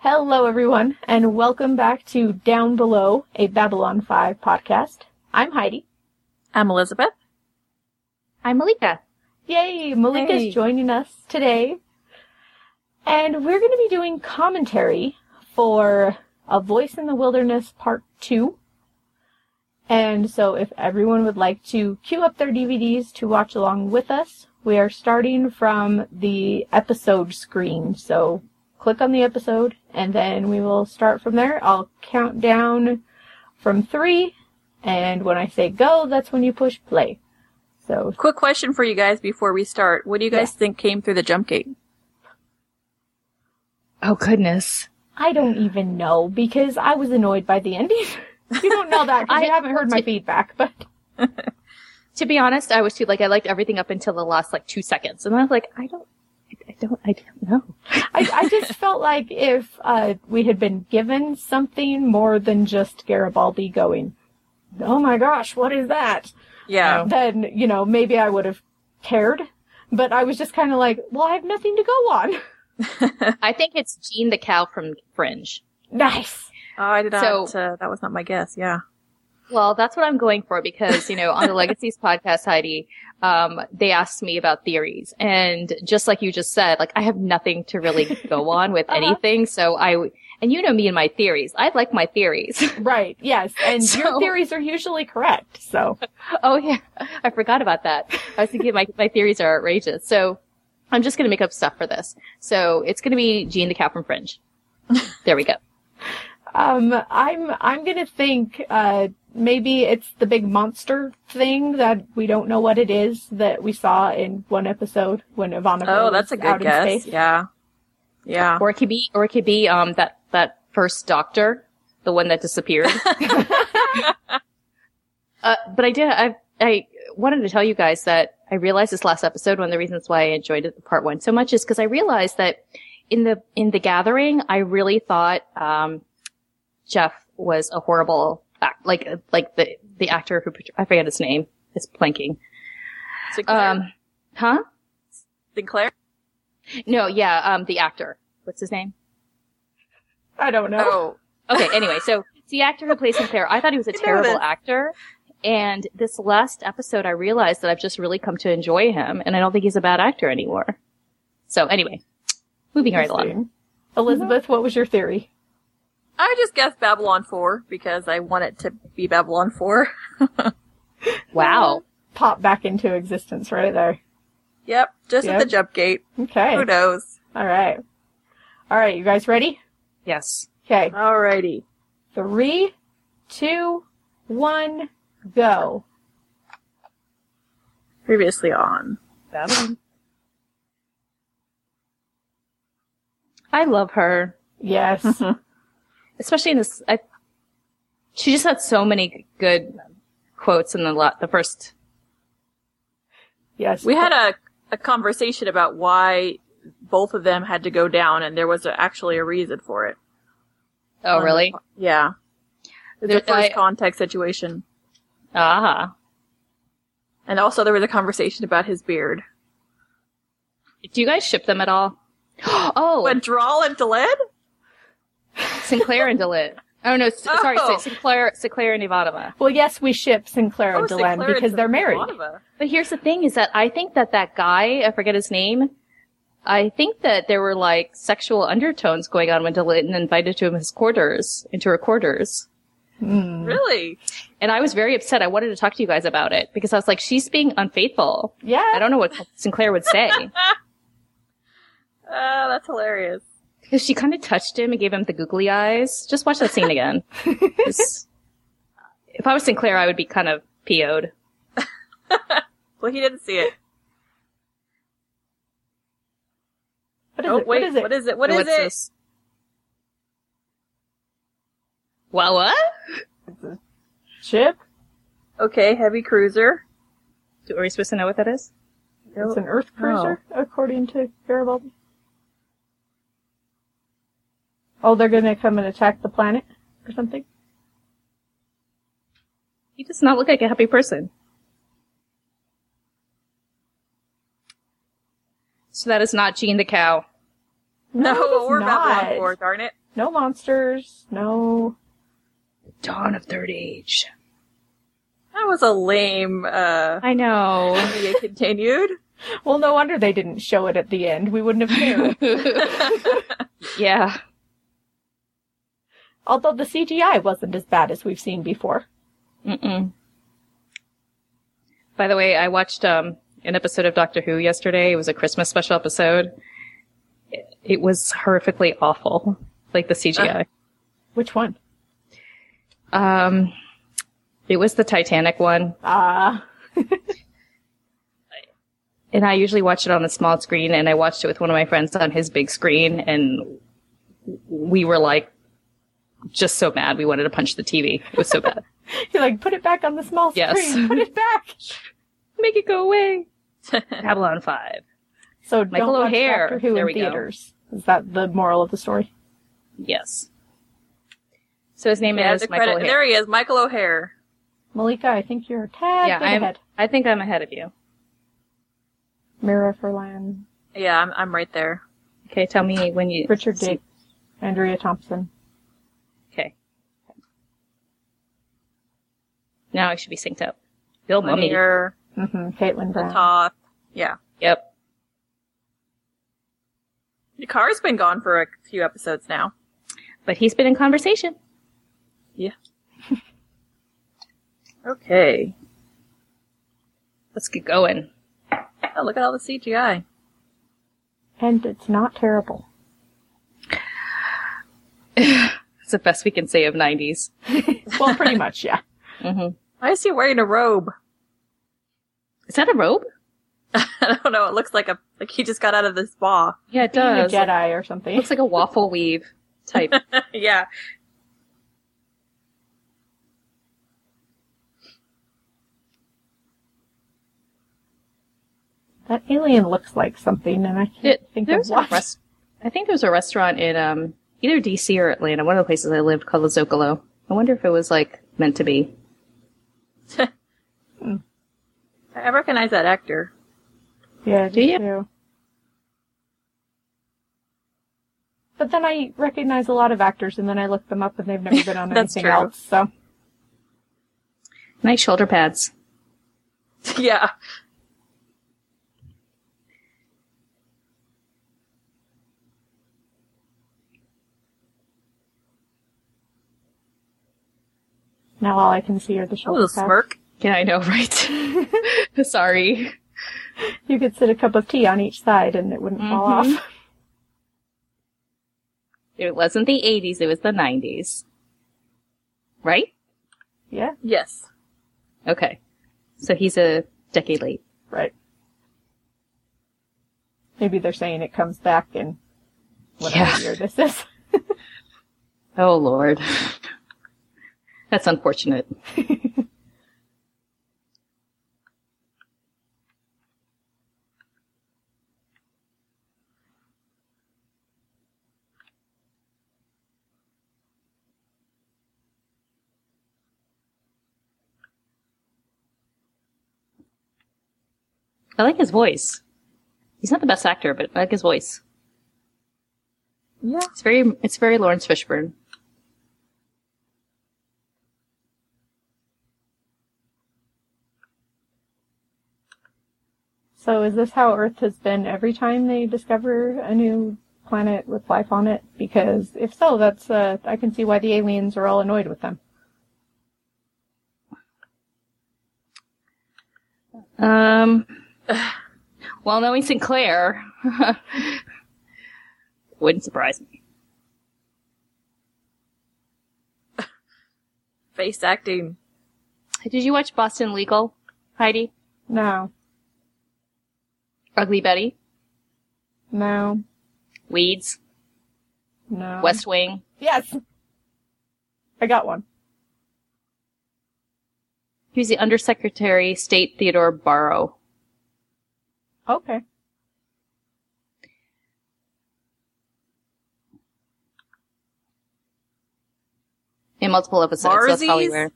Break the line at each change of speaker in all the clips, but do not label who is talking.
Hello, everyone, and welcome back to Down Below, a Babylon 5 podcast. I'm Heidi.
I'm Elizabeth.
I'm Malika.
Yay! Malika's
Hey.
joining us today. And we're going to be doing commentary for A Voice in the Wilderness Part 2. And so if everyone would like to queue up their DVDs to watch along with us, we are starting from the episode screen. So click on the episode and then we will start from there. I'll count down from three. And when I say go, that's when you push play. So
Quick question for you guys before we start. What do you guys think came through the jump gate?
Oh goodness.
I don't even know because I was annoyed by the ending. you don't know that because you
I-
haven't heard my feedback, but
To be honest, I was too like I liked everything up until the last like two seconds, and I was like, I don't, I don't, I don't know.
I, I just felt like if uh, we had been given something more than just Garibaldi going, oh my gosh, what is that?
Yeah.
Then, you know, maybe I would have cared. But I was just kind of like, well, I have nothing to go on.
I think it's Jean the cow from Fringe.
nice.
Oh, I did not.
So-
uh, that was not my guess. Yeah.
Well, that's what I'm going for because, you know, on the Legacies podcast, Heidi, um, they asked me about theories. And just like you just said, like I have nothing to really go on with
Uh-huh.
anything. So I, w- and you know me and my theories. I like my theories.
Right. Yes. And your
So-
theories are usually correct. So,
Oh yeah, I forgot about that. I was thinking my my theories are outrageous. So I'm just gonna make up stuff for this. So it's gonna be Jean the Cow from Fringe. There we go.
um, I'm, I'm going to think, uh, maybe it's the big monster thing that we don't know what it is that we saw in one episode when Ivana
Oh,
was
that's a
out
good
in
guess.
space.
Yeah. Yeah.
Or it could be or it could be um that that first Doctor, the one that disappeared. uh, but I did I I wanted to tell you guys that I realized this last episode one of the reasons why I enjoyed it, part one so much is because I realized that in the in the gathering I really thought um Jeff was a horrible act, like like the the actor who portray- I forget his name it's blanking
Sinclair.
um huh
Sinclair?
no yeah um the actor what's his name
I don't know.
Oh.
Okay, anyway, so it's the actor who plays Sinclair, I thought he was a
You know
terrible
this.
actor. And this last episode, I realized that I've just really come to enjoy him, and I don't think he's a bad actor anymore. So anyway, moving right along.
Interesting. Elizabeth, what was your theory?
I just guessed Babylon 4 because I want it to be Babylon 4.
Uh-huh.
Wow.
Pop back into existence right there.
Yep. Just at
Yep.
the jump gate.
Okay.
Who knows?
All right. All right. You guys ready?
Yes.
Okay.
Alrighty.
Three, two, one, go.
Previously on.
I love her,
Yes.
especially in this. I, she just had so many good quotes in the lot. The first,
yes.
We had a, a conversation about why both of them had to go down, and there was a, actually a reason for it.
oh really?
Yeah. It's a
There-
first
I-
contact situation.
Ah,
And also there was a conversation about his beard.
do you guys ship them at all? Oh,
But Drawl and Delenn?
Sinclair and Delit. Oh no, s- sorry,
Oh.
S- Sinclair, Sinclair and Ivanova.
Well, yes, we ship Sinclair
Oh,
and Delenn
Sinclair
because
and
they're married.
Ivanova.
But here's the thing: is that I think that that guy, I forget his name, I think that there were like sexual undertones going on when Delit invited to his quarters, into her quarters.
Hmm.
Really?
And I was very upset. I wanted to talk to you guys about it because I was like, she's being unfaithful. I
Yeah.
don't know what Sinclair would say
Ah, that's hilarious.
because she kind of touched him and gave him the googly eyes. Just watch that scene again. It's- if I was Sinclair, I would be kind of PO'd.
Well, he didn't see it.
What is
Oh,
it?
wait.
what is it?
What is it? What is
What's
it?
this? Well, what?
Ship?
Okay, heavy cruiser.
Do- Are we supposed to know what that is? Oh.
It's an Earth cruiser, according to Garibaldi. Oh, they're going to come and attack the planet or something?
He does not look like a happy person. So that is not Jean the cow.
No,
it's
or Babylon
not.
4, darn it.
No monsters. No.
Dawn of Third Age.
That was a lame, uh,
I know.
media continued.
Well, no wonder they didn't show it at the end. We wouldn't have cared.
yeah.
Although the CGI wasn't as bad as we've seen before.
Mm-mm. By the way, I watched um, an episode of Doctor Who yesterday. It was a Christmas special episode. It, it was horrifically awful, like the CGI.
Which one?
Um, it was the Titanic one,
Ah.
and I usually watch it on the small screen, and I watched it with one of my friends on his big screen, and we were like just so mad. We wanted to punch the TV. It was so bad.
You're like, put it back on the small
Yes.
screen. Put it back.
Make it go away. Babylon 5.
So
Michael
don't watch
O'Hare.
Doctor Who
There
in
we go.
theaters. Is that the moral of the story?
Yes. So his name
Yeah,
is
the
Michael
credit-
O'Hare.
There he is, Michael O'Hare.
Malika, I think you're a tad
Yeah,
bit
I'm-
ahead.
I think I'm ahead of you.
Mira Furlan,
Yeah, I'm, I'm right there.
Okay, tell me when you.
Richard
see-
Dick, Andrea Thompson.
Okay. Now I should be synced up.
Oh,
Bill Mummy.
Lanier,
Mm-hmm.
hmm Caitlin Brown.
Toth. Yeah.
Yep.
Car's been gone for a few episodes now.
But he's been in conversation.
Okay.
Let's get going.
Oh, look at all the CGI.
And it's not terrible.
That's the best we can say of 90s.
Well, pretty much, yeah.
hmm
Why is he wearing a robe?
Is that a robe?
I don't know. It looks like a like he just got out of the spa.
Yeah, it
Being a
does.
Jedi or
It
something.
looks like a waffle weave type.
yeah.
That alien looks like something, and I can't
It-
think of
there's a
what.
rest- I think there was a restaurant in um, either DC or Atlanta, one of the places I lived called the Zocalo. I wonder if it was like meant to be.
I recognize that actor.
Yeah, I do
you?
too. But then I recognize a lot of actors, and then I look them up, and they've never been on
That's
anything
true.
else. So
Nice shoulder pads.
yeah.
now all I can see are the
That
shoulder
was a
pads.
smirk.
Yeah, I know, right? Sorry.
You could sit a cup of tea on each side, and it wouldn't fall
Mhm.
off.
It wasn't the 80s, it was the 90s. Right?
Yeah,
Yes.
Okay. So he's a decade late.
right. Maybe they're saying it comes back in whatever
Yeah.
year this is.
Oh, Lord. That's unfortunate. I like his voice. He's not the best actor, but I like his voice.
Yeah.
It's very, it's very Lawrence Fishburne.
So is this how Earth has been every time they discover a new planet with life on it? Because if so, that's uh, I can see why the aliens are all annoyed with them.
Um, well, knowing Sinclair wouldn't surprise me.
Face acting.
Did you watch Boston Legal, Heidi?
No,
Ugly Betty,
no,
Weeds,
no.
West Wing.
Yes, I got one.
He was the Undersecretary of State Theodore Barrow.
Okay.
In multiple episodes, so that's probably
Barzies?
where.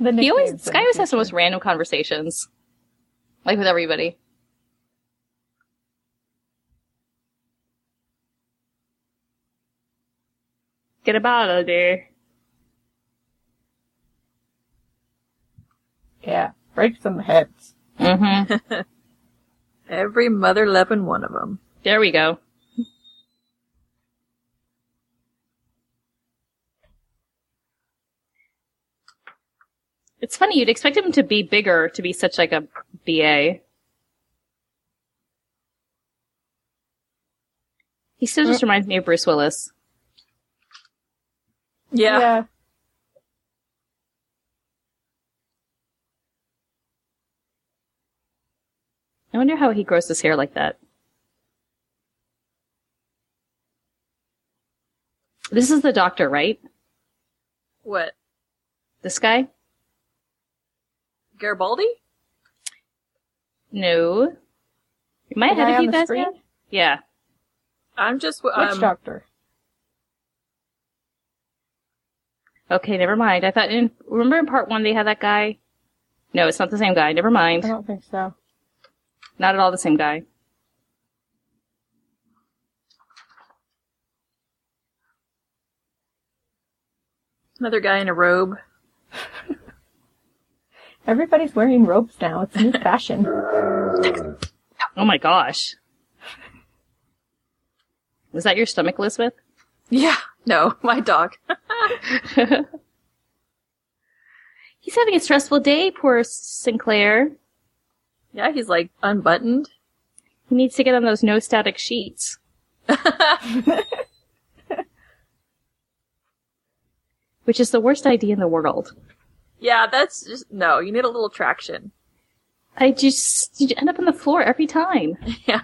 The
he always,
nicknames
Sky always
in the
has the most
future.
random conversations. like with everybody.
Get a bottle there.
Yeah. Break some heads.
Mm-hmm.
Every mother leppin' one of them.
there we go. It's funny. You'd expect him to be bigger to be such like a BA. He still
Mm.
just reminds me of Bruce Willis.
Yeah.
I wonder how he grows his hair like that. This is the doctor, right?
What?
This guy?
Garibaldi?
No. Am I
The guy
ahead of
on
you
the
guys
screen?
now? Yeah.
I'm just.
Witch
Um,
doctor.
Okay, never mind. I thought in remember in part one they had that guy? No, it's not the same guy. Never mind.
I don't think so.
Not at all the same guy.
another guy in a robe.
Everybody's wearing robes now. It's new fashion.
Oh my gosh. Is that your stomach, Elizabeth?
Yeah. No, my dog.
He's having a stressful day, poor Sinclair.
Yeah, he's like unbuttoned.
He needs to get on those no static sheets. Which is the worst idea in the world.
Yeah, that's just no. You need a little traction.
I just you end up on the floor every time.
Yeah.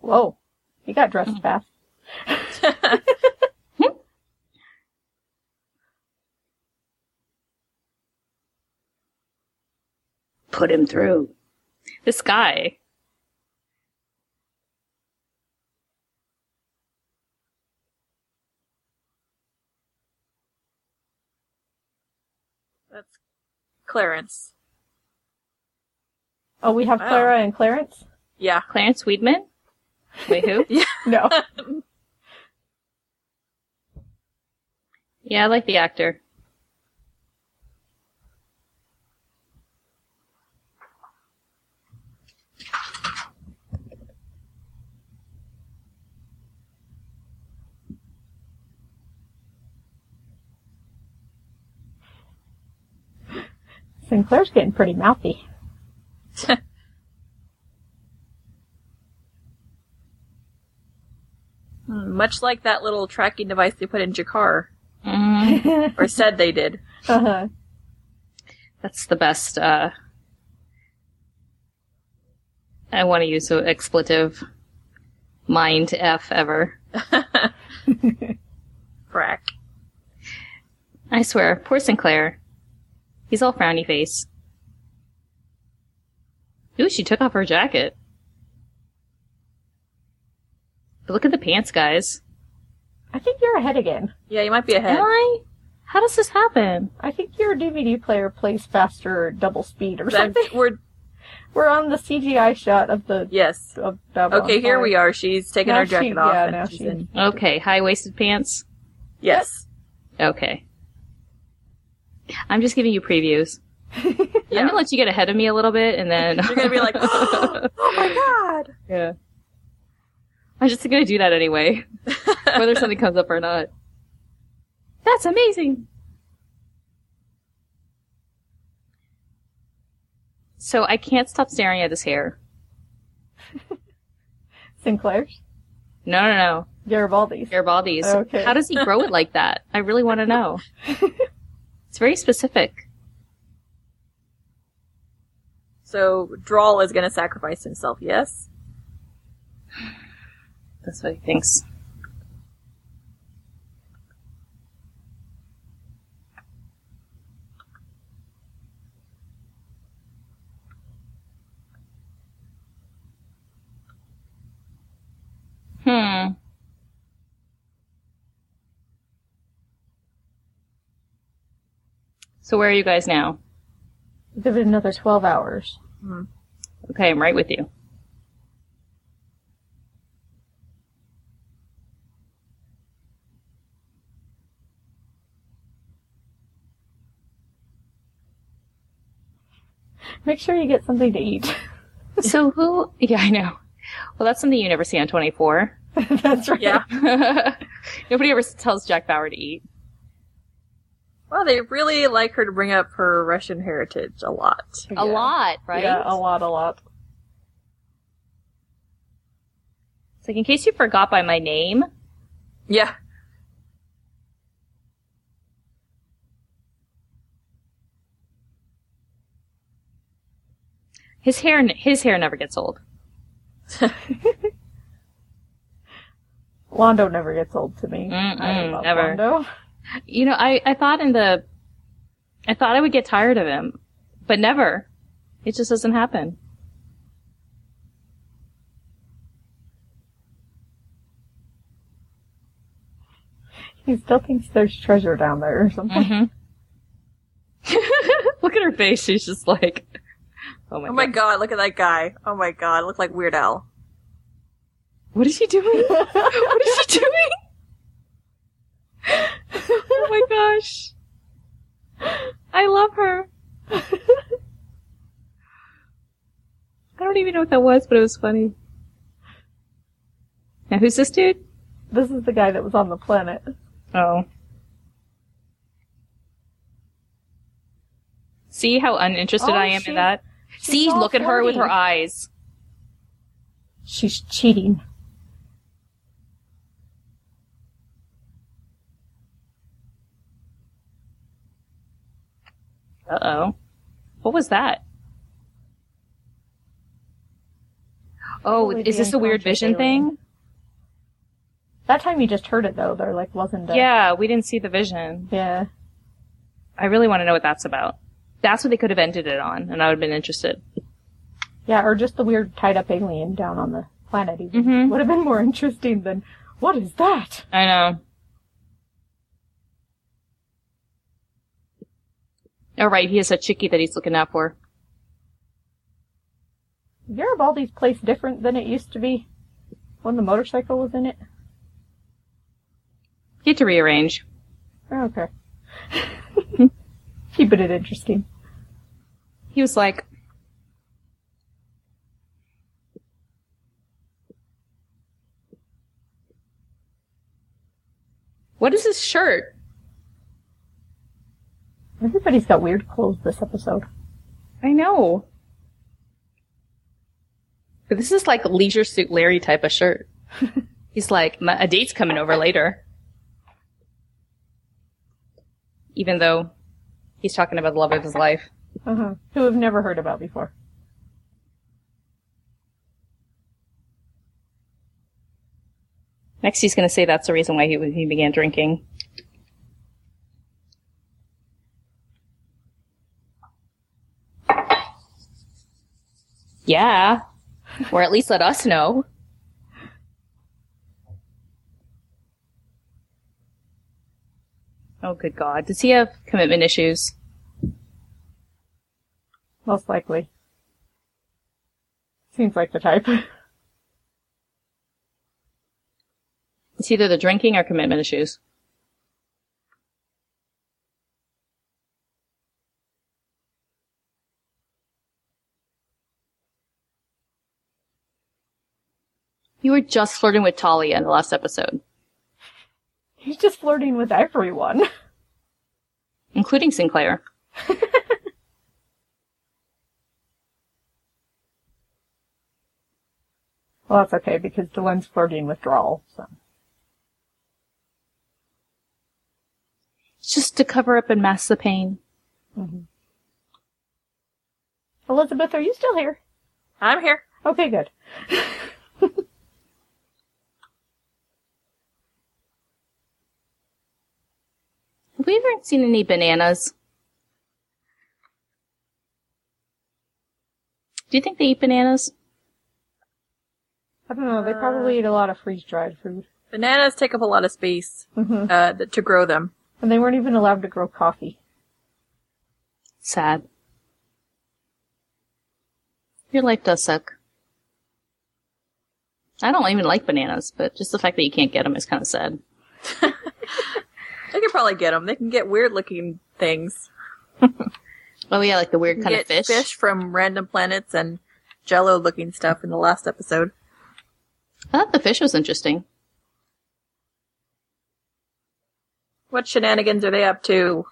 Whoa. He got
Hmm.
dressed fast.
Put him through. This guy.
That's Clarence.
Oh, we have
Wow.
Clara and Clarence?
Yeah.
Clarence Weedman? Wait, who?
No.
yeah, I like the actor.
Sinclair's getting pretty mouthy.
Hmm, Much like that little tracking device they put in Jakar,
Mm,
or said they did.
Uh-huh.
that's the best. Uh, I want to use an expletive mind F ever.
Frack.
I swear, poor Sinclair. He's all frowny face. Ooh, she took off her jacket. But look at the pants, guys.
I think you're ahead again.
Yeah, you might be ahead.
Am I? How does this happen?
I think your DVD player plays faster or double speed or
But I'm-
something.
we're
We're on the CGI shot of the
yes.
of Babylon
Okay, here we are. She's taking
Now
her jacket
she-
off.
yeah,
and
now
she's
she-
in-
Okay, high waisted pants.
Yes.
Okay. I'm just giving you previews. I'm
Yeah.
gonna let you get ahead of me a little bit, and then
You're gonna be like, oh my god.
yeah. I'm just gonna do that anyway, whether something comes up or not. That's amazing. So I can't stop staring at his hair.
Sinclair's
No, no, no,
Garibaldi's.
Garibaldi's.
Okay.
How does he grow it like that? I really want to know. it's very specific.
So Drawl is gonna sacrifice himself. Yes.
That's what he thinks. Hmm. So where are you guys now?
Give it another 12 hours.
Okay, I'm right with you.
Make sure you get something to eat.
So who? Yeah, I know. Well, that's something you never see on 24.
That's right.
Yeah.
Nobody ever tells Jack Bauer to eat.
Well, they really like her to bring up her Russian heritage a lot.
A lot, right?
Yeah, a lot, a lot.
It's like, in case you forgot by my name,
Yeah.
his hair, his hair never gets old.
Londo never gets old to me.
Mm-mm,
I love
never.
Londo.
You know, I, I thought in the, I thought I would get tired of him, but never. It just doesn't happen.
He still thinks there's treasure down there or something.
Look at her face. She's just like, oh my,
Oh my
god.
god, look at that guy. Oh my god, look like Weird Al.
What is she doing? what is she doing? oh my gosh. I love her. I don't even know what that was, but it was funny. Now who's this dude?
This is the guy that was on the planet.
Oh. See how uninterested
Oh,
I am
she's-
in that? See,
all
look at her with her
flirty.
eyes.
She's cheating.
Uh oh. What was that? Oh,
Probably
is
the
this a weird
unconscious
vision
alien.
thing?
That time you just heard it though. There like wasn't. A,
Yeah, we didn't see the vision.
Yeah.
I really want to know what that's about. That's what they could have ended it on, and I would have been interested.
Yeah. Or just the weird tied up alien down on the planet. Even
Mhm.
would have been more interesting than what is that?
I know. All Oh, right, he has a chickie that he's looking out for.
Garibaldi's place different than it used to be when the motorcycle was in it.
He had to rearrange.
Oh, okay. Keeping it interesting.
He was like, "What is this shirt?"
Everybody's got weird clothes this episode.
I know. But this is like leisure suit Larry type of shirt. He's like, "My- a date's coming over later. Even though he's talking about the love of his life.
Uh-huh. Who have never heard about before.
Next, he's going to say that's the reason why he, he began drinking. Yeah. Or at least let us know. Oh, good God. Does he have commitment issues?
Most likely. Seems like the type.
It's either the drinking or commitment issues. You were just flirting with Talia in the last episode,
He's just flirting with everyone.
including Sinclair.
Well, that's okay because Dylan's flirting withdrawal. So
It's just to cover up and mask the pain.
Elizabeth, are you still here?
I'm here.
Okay, good.
Have we ever seen any bananas? Do you think they eat bananas?
I don't know.
Uh.
They probably eat a lot of freeze-dried food,
Bananas take up
Mm-hmm.
a lot of space uh, th- to grow them.
and they weren't even allowed to grow coffee.
Sad. Your life does suck. I don't even like bananas, but just the fact that you can't get them is kind of sad.
They can probably get them. They can get weird looking things.
Oh yeah, like the weird
You
kind
get
of fish.
from random planets and jello looking stuff in the last episode.
I thought the fish was interesting.
What shenanigans are they up to?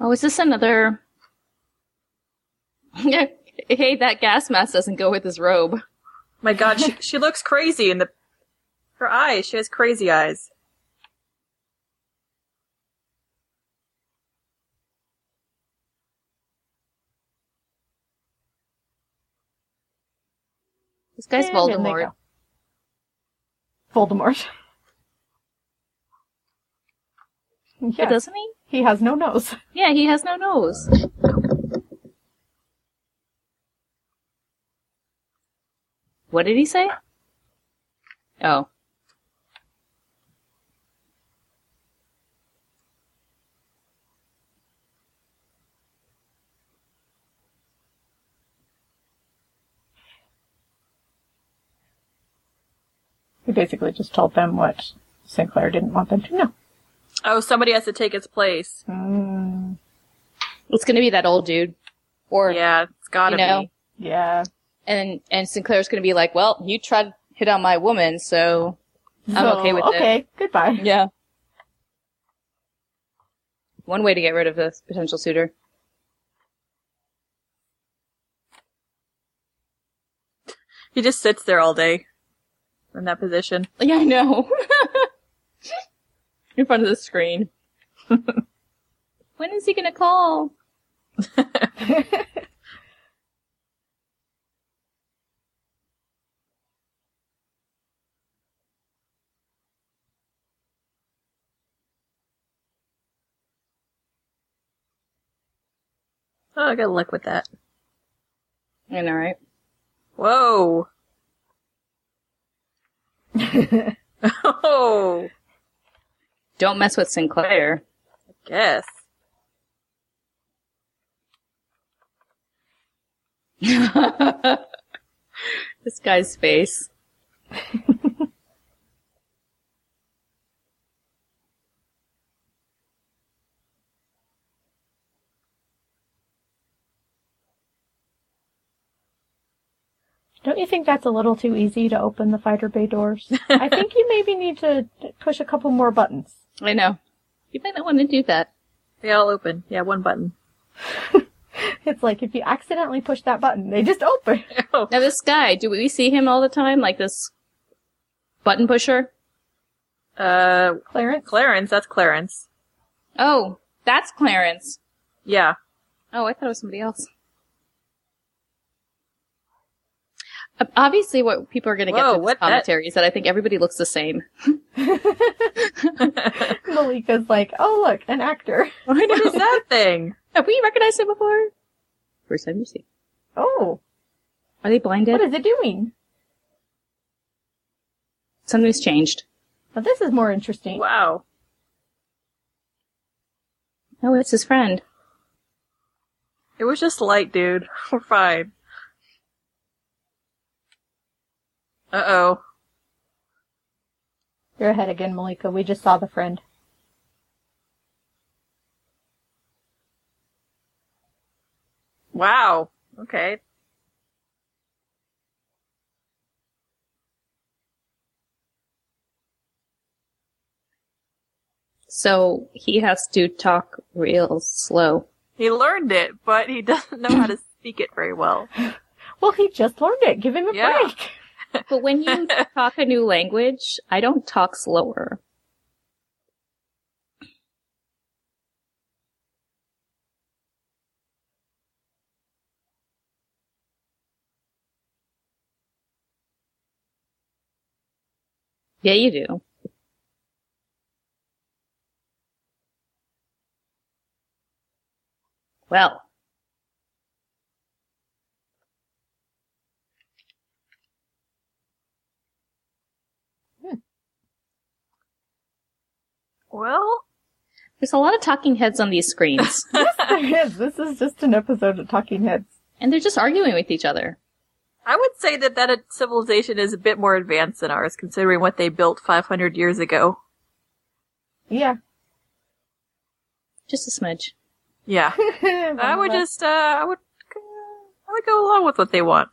Oh, is this another? hey, that gas mask doesn't go with his robe.
My god, she, she looks crazy in the her eyes. She has crazy eyes.
This guy's
And in Eh, they
Voldemort.
go. Voldemort.
But
Yes,
doesn't he?
he has no nose.
Yeah, he has no nose. What did he say? Oh.
He basically just told them what Sinclair didn't want them to know.
Oh, somebody has to take its place.
Hmm.
Mm,
It's gonna be that old dude. Or
Yeah, it's gotta
you know,
be.
yeah.
and and Sinclair's gonna be like, Well, you tried to hit on my woman, so I'm
So,
okay with it.
Okay, goodbye.
Yeah. One way to get rid of this potential suitor.
He just sits there all day in that position.
Yeah, I know. In front of the screen. when is he gonna call?
Oh, I gotta look with that.
I know, right?
Whoa. oh,
Don't mess with Sinclair.
guess.
this guy's face.
Don't you think that's a little too easy to open the fighter bay doors? I think you maybe need to push a couple more buttons.
I know. You might not want to do that.
They all open. Yeah, one button.
It's like if you accidentally push that button, they just open.
Oh,
Now, this guy, do we see him all the time? Like this button pusher?
uh,
Clarence?
Clarence. That's Clarence.
Oh, that's Clarence.
Yeah.
Oh, I thought it was somebody else. Ob- Obviously, what people are going to get
Whoa,
from this
what that-
commentary is that I think everybody looks the same.
Malika's like, oh look, an actor.
I
What is that thing?
Have we recognized him before? First time you see.
Oh,
Are they blinded?
what is it doing?
Something's changed.
Now this is more interesting.
Wow.
Oh, it's his friend.
It was just light, dude. We're fine. Uh oh.
You're ahead again, Malika. We just saw the friend.
Wow. Okay.
So he has to talk real slow.
He learned it, but he doesn't know how to speak it very well.
Well, he just learned it. Give him a
Yeah.
break.
But when you talk a new language, I don't talk slower. Yeah, you do. Well,
Well,
there's a lot of talking heads on these screens.
Yes, this is just an episode of Talking Heads.
and they're just arguing with each other.
I would say that that civilization is a bit more advanced than ours, considering what they built 500 years ago.
Yeah.
Just a smidge.
Yeah, I would just, uh, I would, uh, I would go along with what they want.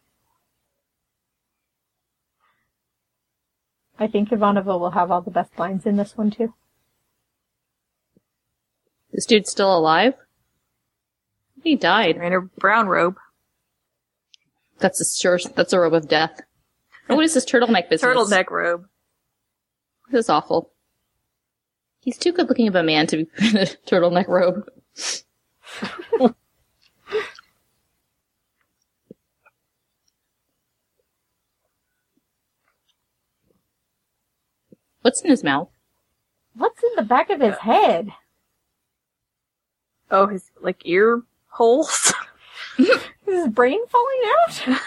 I think Ivanova will have all the best lines in this one too.
This dude's still alive. He died.
You're in a brown robe,
That's a sure. That's a robe of death. And What is this turtleneck business?
turtleneck robe.
This is awful. He's too good looking of a man to be in a turtleneck robe. What's in his mouth?
What's in the back of his head?
Oh, his like ear holes.
Is his brain falling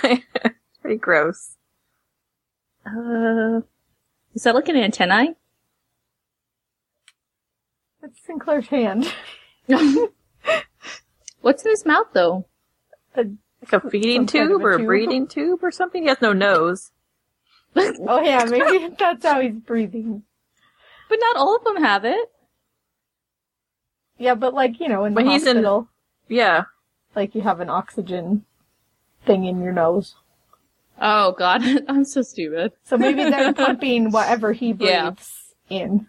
out?
it's pretty gross.
Uh, is that like an antennae?
That's Sinclair's hand.
What's in his mouth though?
Like a feeding
Some kind of
tube
a
or a
tube.
breathing tube or something. He has no nose,
Oh yeah, maybe that's how he's breathing.
But not all of them have it.
Yeah, but like, you know, in the
But he's in-
hospital,
yeah,
like you have an oxygen thing in your nose.
Oh god, I'm so stupid.
So maybe they're pumping whatever he
Yeah.
breathes in.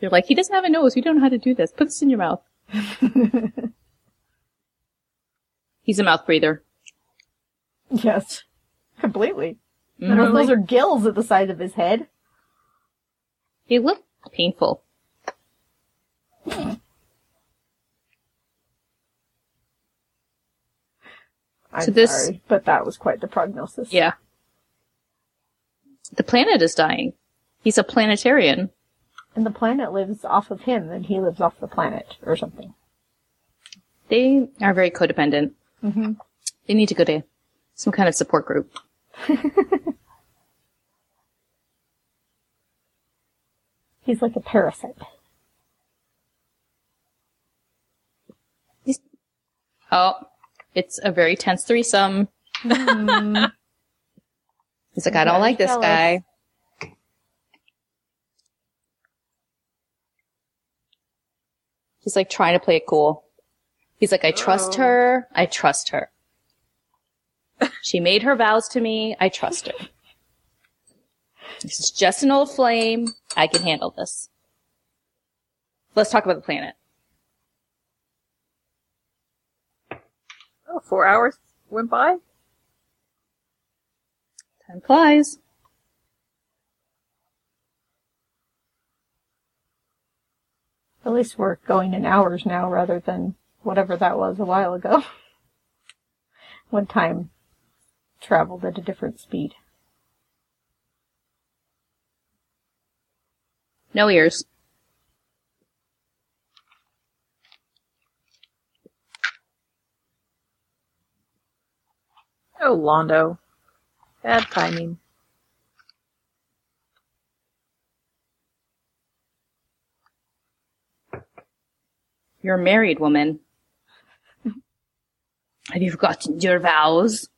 You're like, he doesn't have a nose. We don't know how to do this. Put this in your mouth. He's a mouth breather.
Yes. Completely.
Mhm.
Those- Those are gills at the side of his head.
They look painful.
I'm
So this-
sorry, but that was quite the prognosis.
Yeah. The planet is dying. He's a planetarian.
And the planet lives off of him, and he lives off the planet, or something.
They are very codependent.
Mhm.
They need to go to some kind of support group.
He's like a parasite.
Oh, it's a very tense threesome. He's like, I don't
Hmm. Very
like this
jealous.
guy. He's like trying to play it cool. He's like, I trust
Oh.
her. I trust her. she made her vows to me. I trust her. This is just an old flame. I can handle this. Let's talk about the planet.
oh, four hours went by.
Time flies.
At least we're going in hours now rather than whatever that was a while ago. When time traveled at a different speed.
No ears.
Oh, Londo, bad timing.
You're a married woman. Have you forgotten your vows?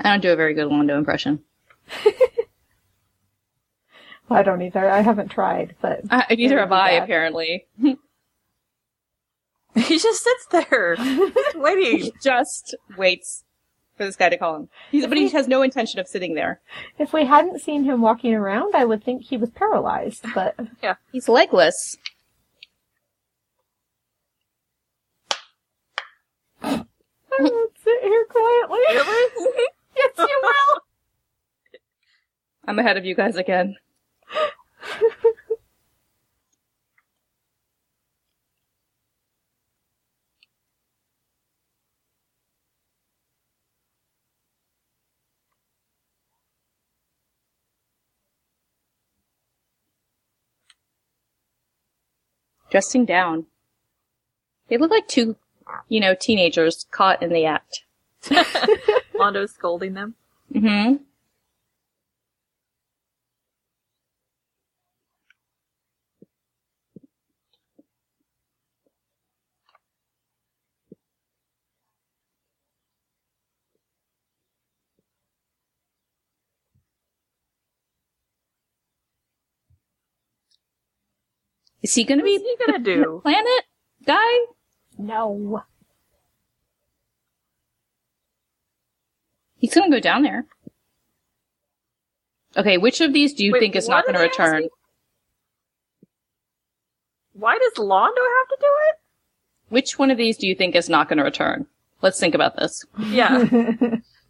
I don't do a very good Londo impression.
I don't either. I haven't tried, but
Uh, I,
neither have I,
apparently.
He just sits there, waiting.
Just waits for this guy to call him. He's, but he has no intention of sitting there.
if we hadn't seen him walking around, I would think he was paralyzed, but
He's legless.
I would sit here quietly.
Really?
yes, you will.
I'm ahead of you guys again. Dressing down. They look like two, you know, teenagers caught in the act.
Londo's scolding them.
Mm-hmm. Is he going to
What's
be
he gonna do?
planet guy?
No.
He's going to go down there. Okay, which of these do you
Wait,
think is
what
not
are
going to
they
return?
asking? Why does Londo have to do
Which one of these do you think is not going to return? Let's think about this.
it? Yeah,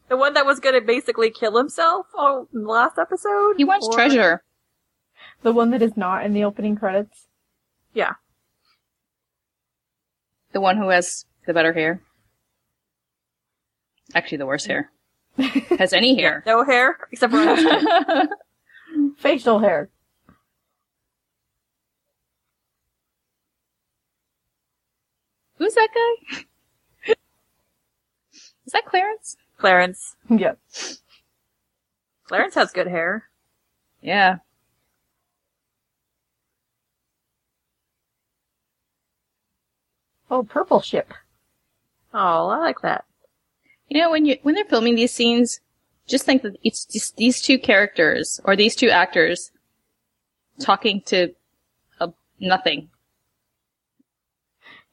the one that was gonna basically kill himself on the last episode.
He wants
Or-
treasure.
the one that is not in the opening credits.
Yeah,
The one who has the better hair. Actually, the worse hair. Has any hair.
no hair except for on his chin.
Facial hair.
Who's that guy? Is that Clarence?
Clarence.
Yes.
Clarence has good hair.
Yeah.
Oh, purple ship.
Oh, I like that.
You know, when you when they're filming these scenes, just think that it's just these two characters or these two actors talking to a, nothing,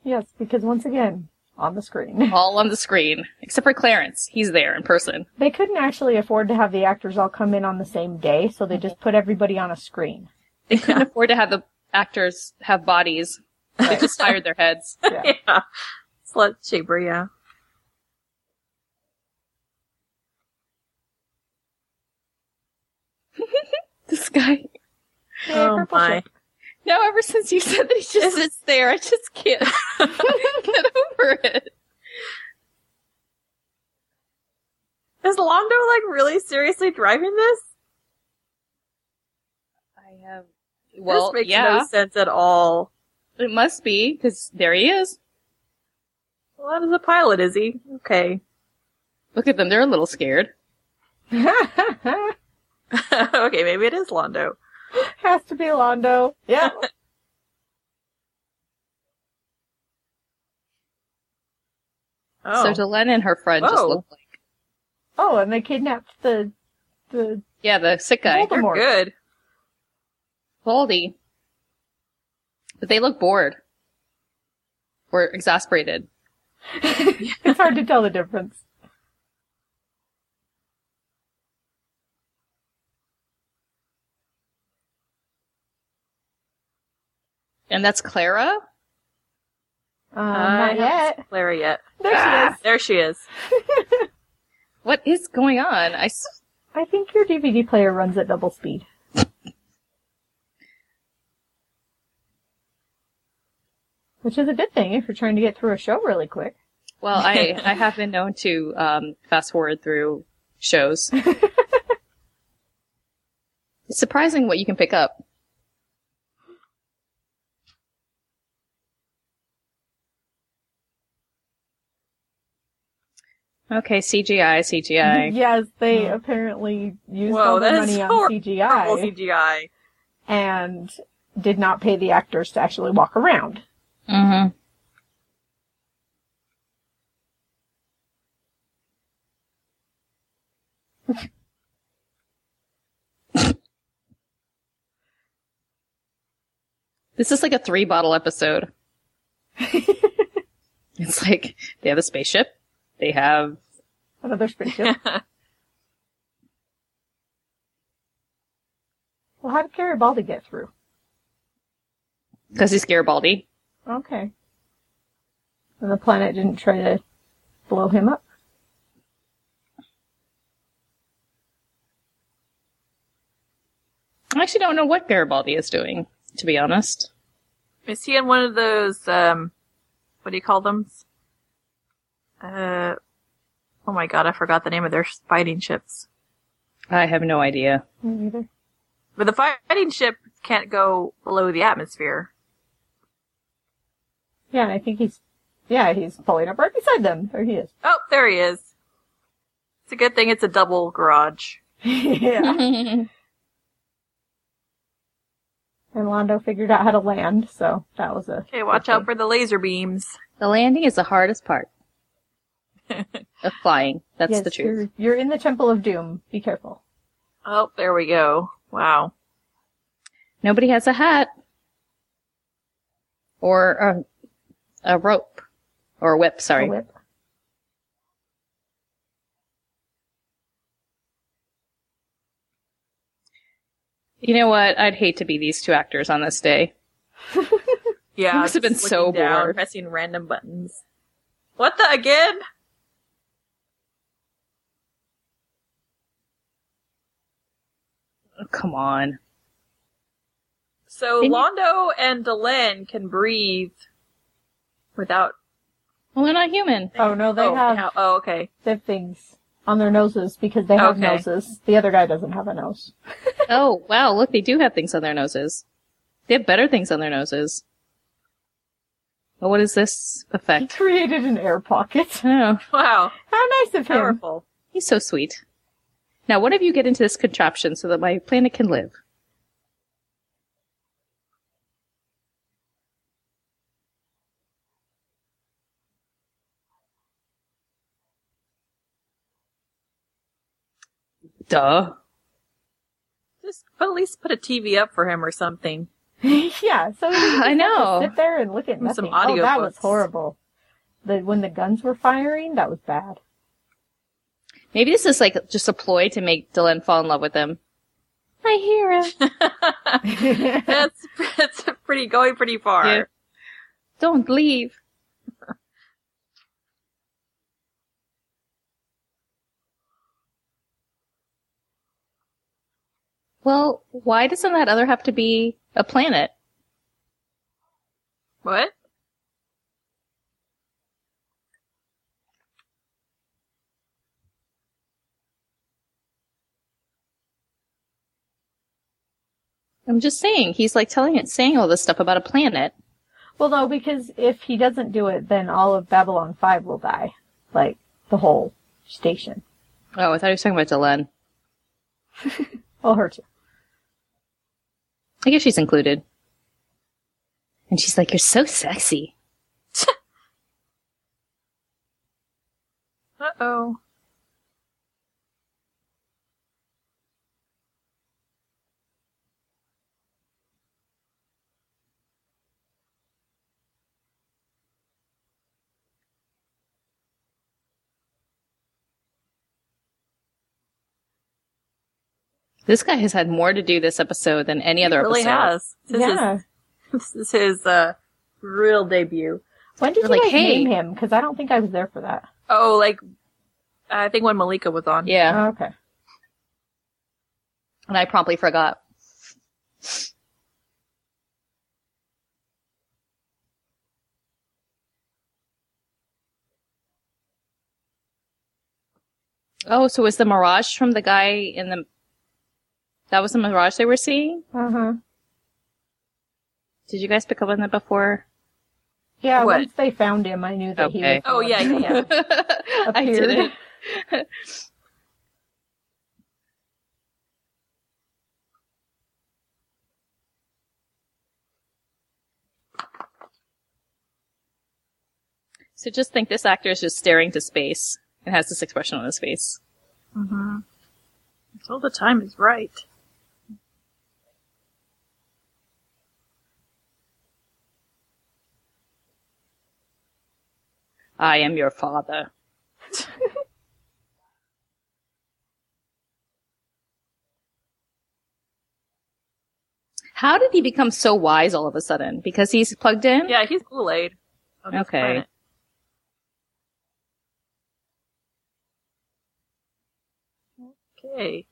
Yes, because once again, on the screen.
all on the screen, except for Clarence. He's there in person.
They couldn't actually afford to have the actors all come in on the same day, so they just put everybody on a screen.
They couldn't afford to have the actors have bodies. They just tired their heads.
Yeah.
Yeah, slut chamber. Yeah.
This guy.
Yay,
oh
purple
my.
ship.
Now, ever since you said that he just sits there, I just can't get over it.
Is Londo like really seriously driving this?
I have. Well,
this makes
yeah,
no sense at all.
it must be because there he is.
Well, that is a pilot, is he? Okay.
Look at them; they're a little scared.
okay, maybe it is Londo.
Has to be Londo. Yeah.
Oh.
So Delenn and her friend just
Whoa.
look like
Oh, and they kidnapped the the
yeah, the sick guy,
Voldemort.
They're good.
Baldy. But they look bored or exasperated.
It's hard to tell the difference.
And that's Clara.
Um,
Uh,
I
not
haven't
yet.
seen Clara yet.
There she
Ah,
is.
there she is.
What is going on? I s-
I think your DVD player runs at double speed. Which is a good thing if you're trying to get through a show really quick.
well, I I have been known to um, fast forward through shows. it's surprising what you can pick up. Okay, CGI, CGI.
Yes, they
Hmm.
apparently used
Whoa,
all their
that is
money on
horrible Horrible
CGI
CGI.
and did not pay the actors to actually walk around.
Mm-hmm. this is like a three bottle episode. it's like they have a spaceship, they have
Another spaceship. well, how did Garibaldi get through?
because he's Garibaldi.
Okay. And the planet didn't try to blow him up.
I actually don't know what Garibaldi is doing, to be honest.
Is he in one of those, um, what do you call them? Uh, oh my god, I forgot the name of their fighting ships.
I have no idea.
Me neither.
But the fighting ship can't go below the atmosphere.
Yeah, and I think he's, yeah, he's pulling up right beside them. There he is.
Oh, there he is. It's a good thing it's a double garage.
yeah. And Londo figured out how to land, so that was a.
Okay, watch out for the laser beams.
The landing is the hardest part of flying. That's
Yes,
the truth.
You're, you're in the Temple of Doom. Be careful.
Oh, there we go. Wow.
Nobody has a hat. or a, a rope or a whip. Sorry.
A whip.
You know what? I'd hate to be these two actors on this day.
Yeah,
You must have been
just
so
looking down,
bored.
pressing random buttons. What the again?
Oh, come on.
So
And you-
Londo and Delenn can breathe without.
Well, they're not human.
Oh no, they
oh,
have
now- oh, okay.
they have things on their noses because they have
Okay.
noses. The other guy doesn't have a nose.
oh, wow. Look, they do have things on their noses. They have better things on their noses. Well, what is this
He
effect?
created an air pocket.
Oh,
Wow,
How nice of him.
powerful.
he's so sweet. Now, one of you get into this contraption so that my planet can live. Duh.
Just at least put a TV up for him or something.
yeah, so he just had
I
to
know.
sit there and look at
And some
nothing.
audio
oh, that was
books.
horrible. The when the guns were firing, that was bad.
Maybe this is like just a ploy to make Dylan fall in love with him. My hero.
That's that's pretty going pretty far.
Yeah. Don't leave. well, why doesn't that other have to be a planet?
What?
I'm just saying, he's like telling it, saying all this stuff about a planet.
well, no, because if he doesn't do it, then all of Babylon Five will die, like the whole station.
Oh, I thought he was talking about Dylan.
Well, her too.
I guess she's included. And she's like, You're so sexy.
Uh oh.
This guy has had more to do this episode than any other
really
episode.
has. This
yeah.
is this is his uh, real debut.
when did you
We're like,
guys
"Hey."
name him? Because I don't think I was there for that.
Oh, like I think when Malika was on.
Yeah.
Oh, Okay.
And I promptly forgot. Oh, so was the mirage from the guy in the. That was the mirage they were seeing?
Uh huh.
Did you guys pick up on that before?
Yeah,
What?
once they found him, I knew that he
Okay.
was. the
Oh,
one.
yeah, yeah, yeah.
I didn't. So just think this actor is just staring to space and has this expression on his face.
Mm-hmm. Until the time is right.
I am your father. How did he become so wise all of a sudden? Because he's plugged in?
Yeah, he's Kool Aid.
Okay.
Okay.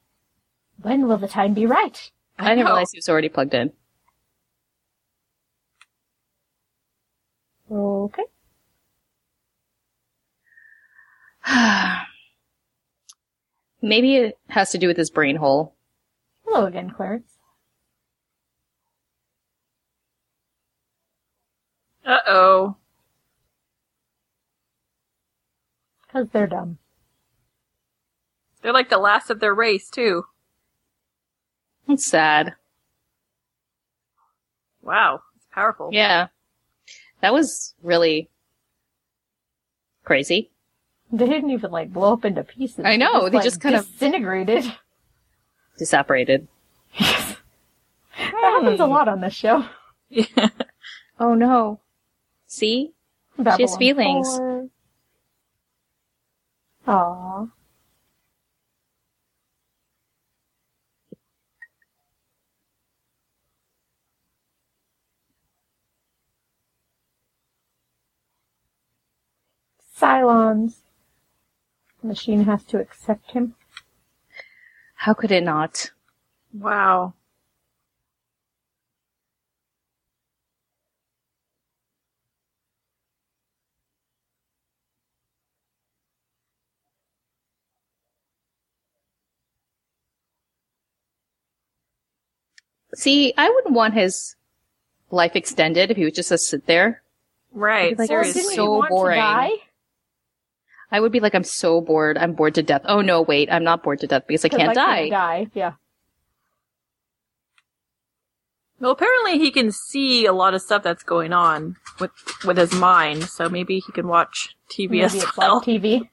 When will the time be right?
I didn't
know.
realize he was already plugged in.
Okay.
Maybe it has to do with his brain hole.
Hello again, Clarence.
Uh oh.
Because they're dumb.
They're like the last of their race too.
That's sad.
Wow, it's powerful.
Yeah. That was really crazy.
They didn't even like blow up into pieces.
I know, they
like,
just kind of-
disintegrated.
Disapparated.
that happens a lot on this show.
Yeah.
Oh no. See? She has feelings.
Aww. Cylons. The machine has to accept him.
How could it not?
Wow.
See, I wouldn't want his life extended if he would just, just sit there.
Right.
Like, oh,
seriously.
didn't you
so
want
boring.
To die?
I would be like, I'm so bored. I'm bored to death. Oh no, wait, I'm not bored to death because I
'Cause
can't
I
die.
die. Yeah.
Well, apparently he can see a lot of stuff that's going on with with his mind, so maybe he can watch TV
Maybe
as
it's
well.
like TV.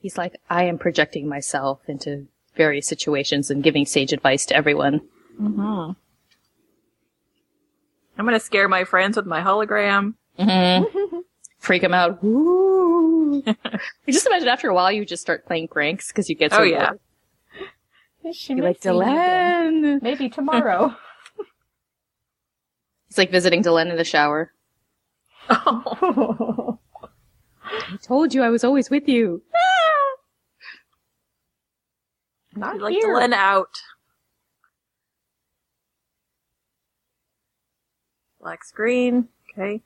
He's like, I am projecting myself into various situations and giving sage advice to everyone.
Mhm. I'm gonna scare my friends with my hologram.
Mm-hmm. Freak him out. Woo. I just imagine after a while you just start playing pranks because you get so
Oh, yeah.
bored.
She
You're
may
like
see me again.
Delenn.
Maybe tomorrow.
He's like visiting Delenn in the shower.
Oh,
I told you I was always with you.
Not
like
here.
Glenn out. Black screen. Okay.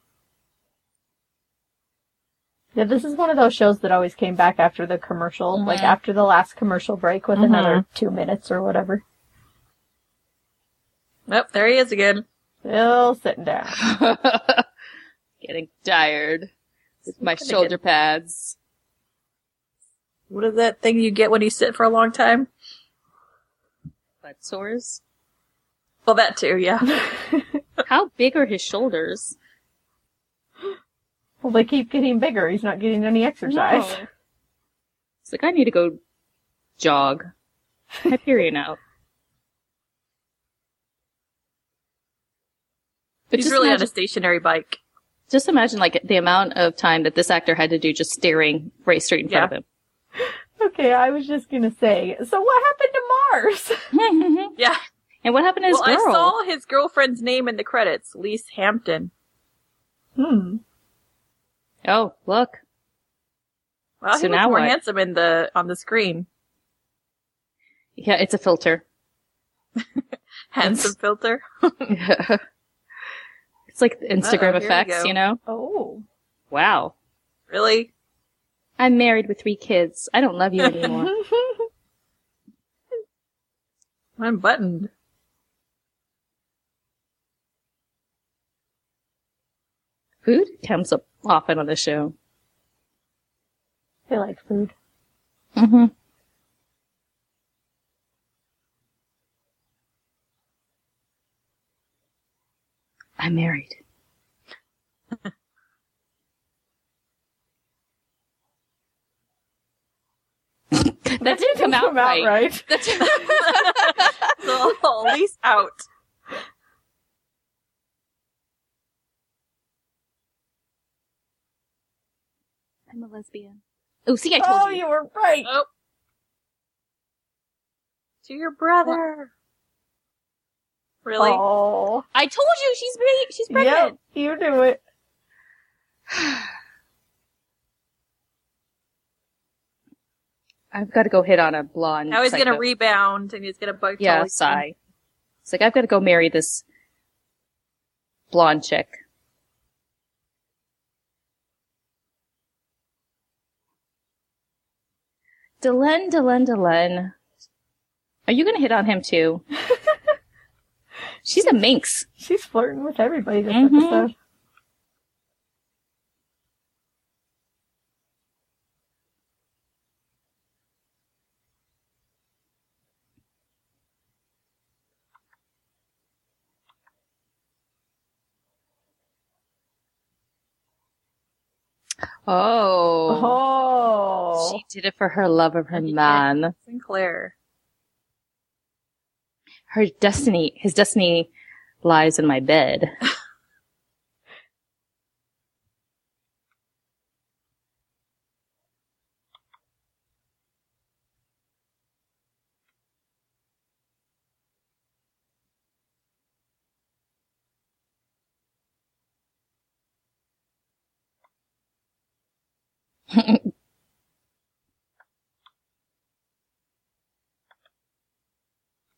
Yeah, this is one of those shows that always came back after the commercial,
Mhm.
like after the last commercial break with
Mhm.
Mm-hmm.
another two minutes or whatever.
Nope, there he is again.
Still sitting down.
Getting tired. With my
Kinda
shoulder pads.
What is that thing you get when you sit for a long time?
Butt sores.
Well, that too, yeah.
How big are his shoulders?
Well, they keep getting bigger. He's not getting any exercise.
No. It's like I need to go jog. My period out. But
He's
just
really on
imagine,
a stationary bike.
just imagine like the amount of time that this actor had to do just staring right straight in front of
Okay, I was just gonna say. So what happened to Mars?
him.
Yeah.
and what happened to his
Well,
girl?
I saw his girlfriend's name in the credits, Lise Hampton.
Hmm.
Oh, look.
Well,
So
he was
now
more
what?
handsome in the on the screen.
Yeah, it's a filter.
Handsome filter.
Yeah. It's like the Instagram
Uh-oh, here we
effects,
go.
you know?
Oh.
Wow.
Really?
I'm married with three kids. I don't love you anymore.
Unbuttoned.
Food comes up often on the show.
they like food.
Mm-hmm. I'm married. that didn't come out
Come out
right.
right.
so Lise out.
I'm a lesbian. Oh, see, I told
Oh,
you.
you were right.
Oh. To your brother. Really?
Oh.
I told you she's pre- she's
Yep,
pregnant.
you do it.
I've got to go hit on a blonde.
now he's
psycho.
gonna rebound and he's gonna bug
Yeah,
Tully.
sigh. It's like I've got to go marry this blonde chick. Delenn, Delenn, Delenn. Are you going to hit on him too? She's a minx.
She's flirting with everybody this
Mhm.
episode.
Oh.
Oh.
She did it for her love of her
Yeah.
man.
Sinclair.
her destiny, his destiny lies in my bed.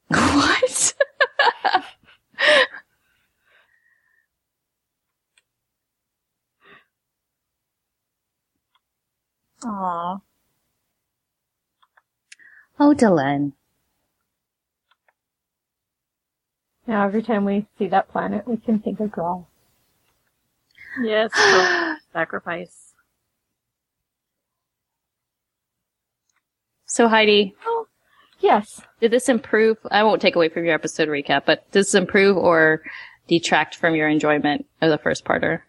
what?
Aw.
Oh, Dylan.
Now every time we see that planet, we can think of Grawl.
Yes. well, sacrifice.
So Heidi,
Oh. Yes.
did this improve? I won't take away from your episode recap, but does this improve or detract from your enjoyment of the first parter?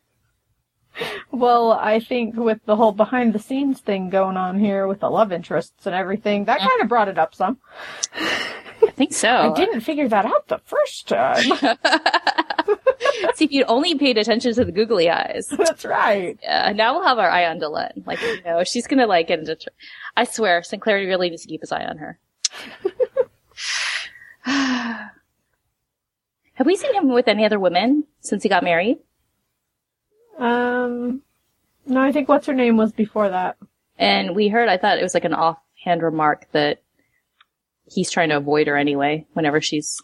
Well, I think with the whole behind the scenes thing going on here with the love interests and everything, that kind of brought it up some.
I think so.
I didn't figure that out the first time.
See, if you'd only paid attention to the googly eyes.
That's right.
Yeah, now we'll have our eye on Dylan. Like, you know, she's gonna like get into. Tr- I swear, Sinclair really needs to keep his eye on her. have we seen him with any other women since he got married?
Um, no, I think what's her name was before that.
And we heard, I thought it was like an offhand remark that he's trying to avoid her anyway, whenever she's.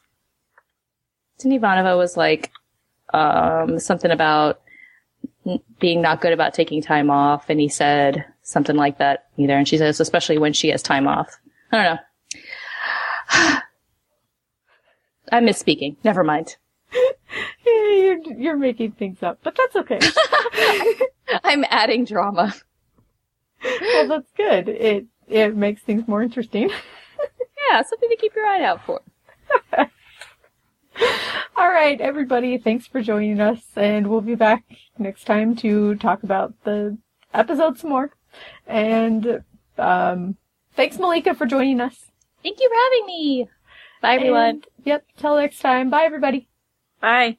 Didn't Ivanova was like, um, something about n- being not good about taking time off, and he said something like that either, and she says, especially when she has time off. I don't know. I'm misspeaking. Never mind.
Yeah, you're, you're making things up, but that's okay.
I'm adding drama.
well, that's good. It it makes things more interesting.
Yeah, something to keep your eye out for.
All right, everybody, thanks for joining us, and we'll be back next time to talk about the episode some more. And um, thanks, Malika, for joining us.
Thank you for having me. Bye, everyone.
And, yep, till next time. Bye, everybody.
Bye.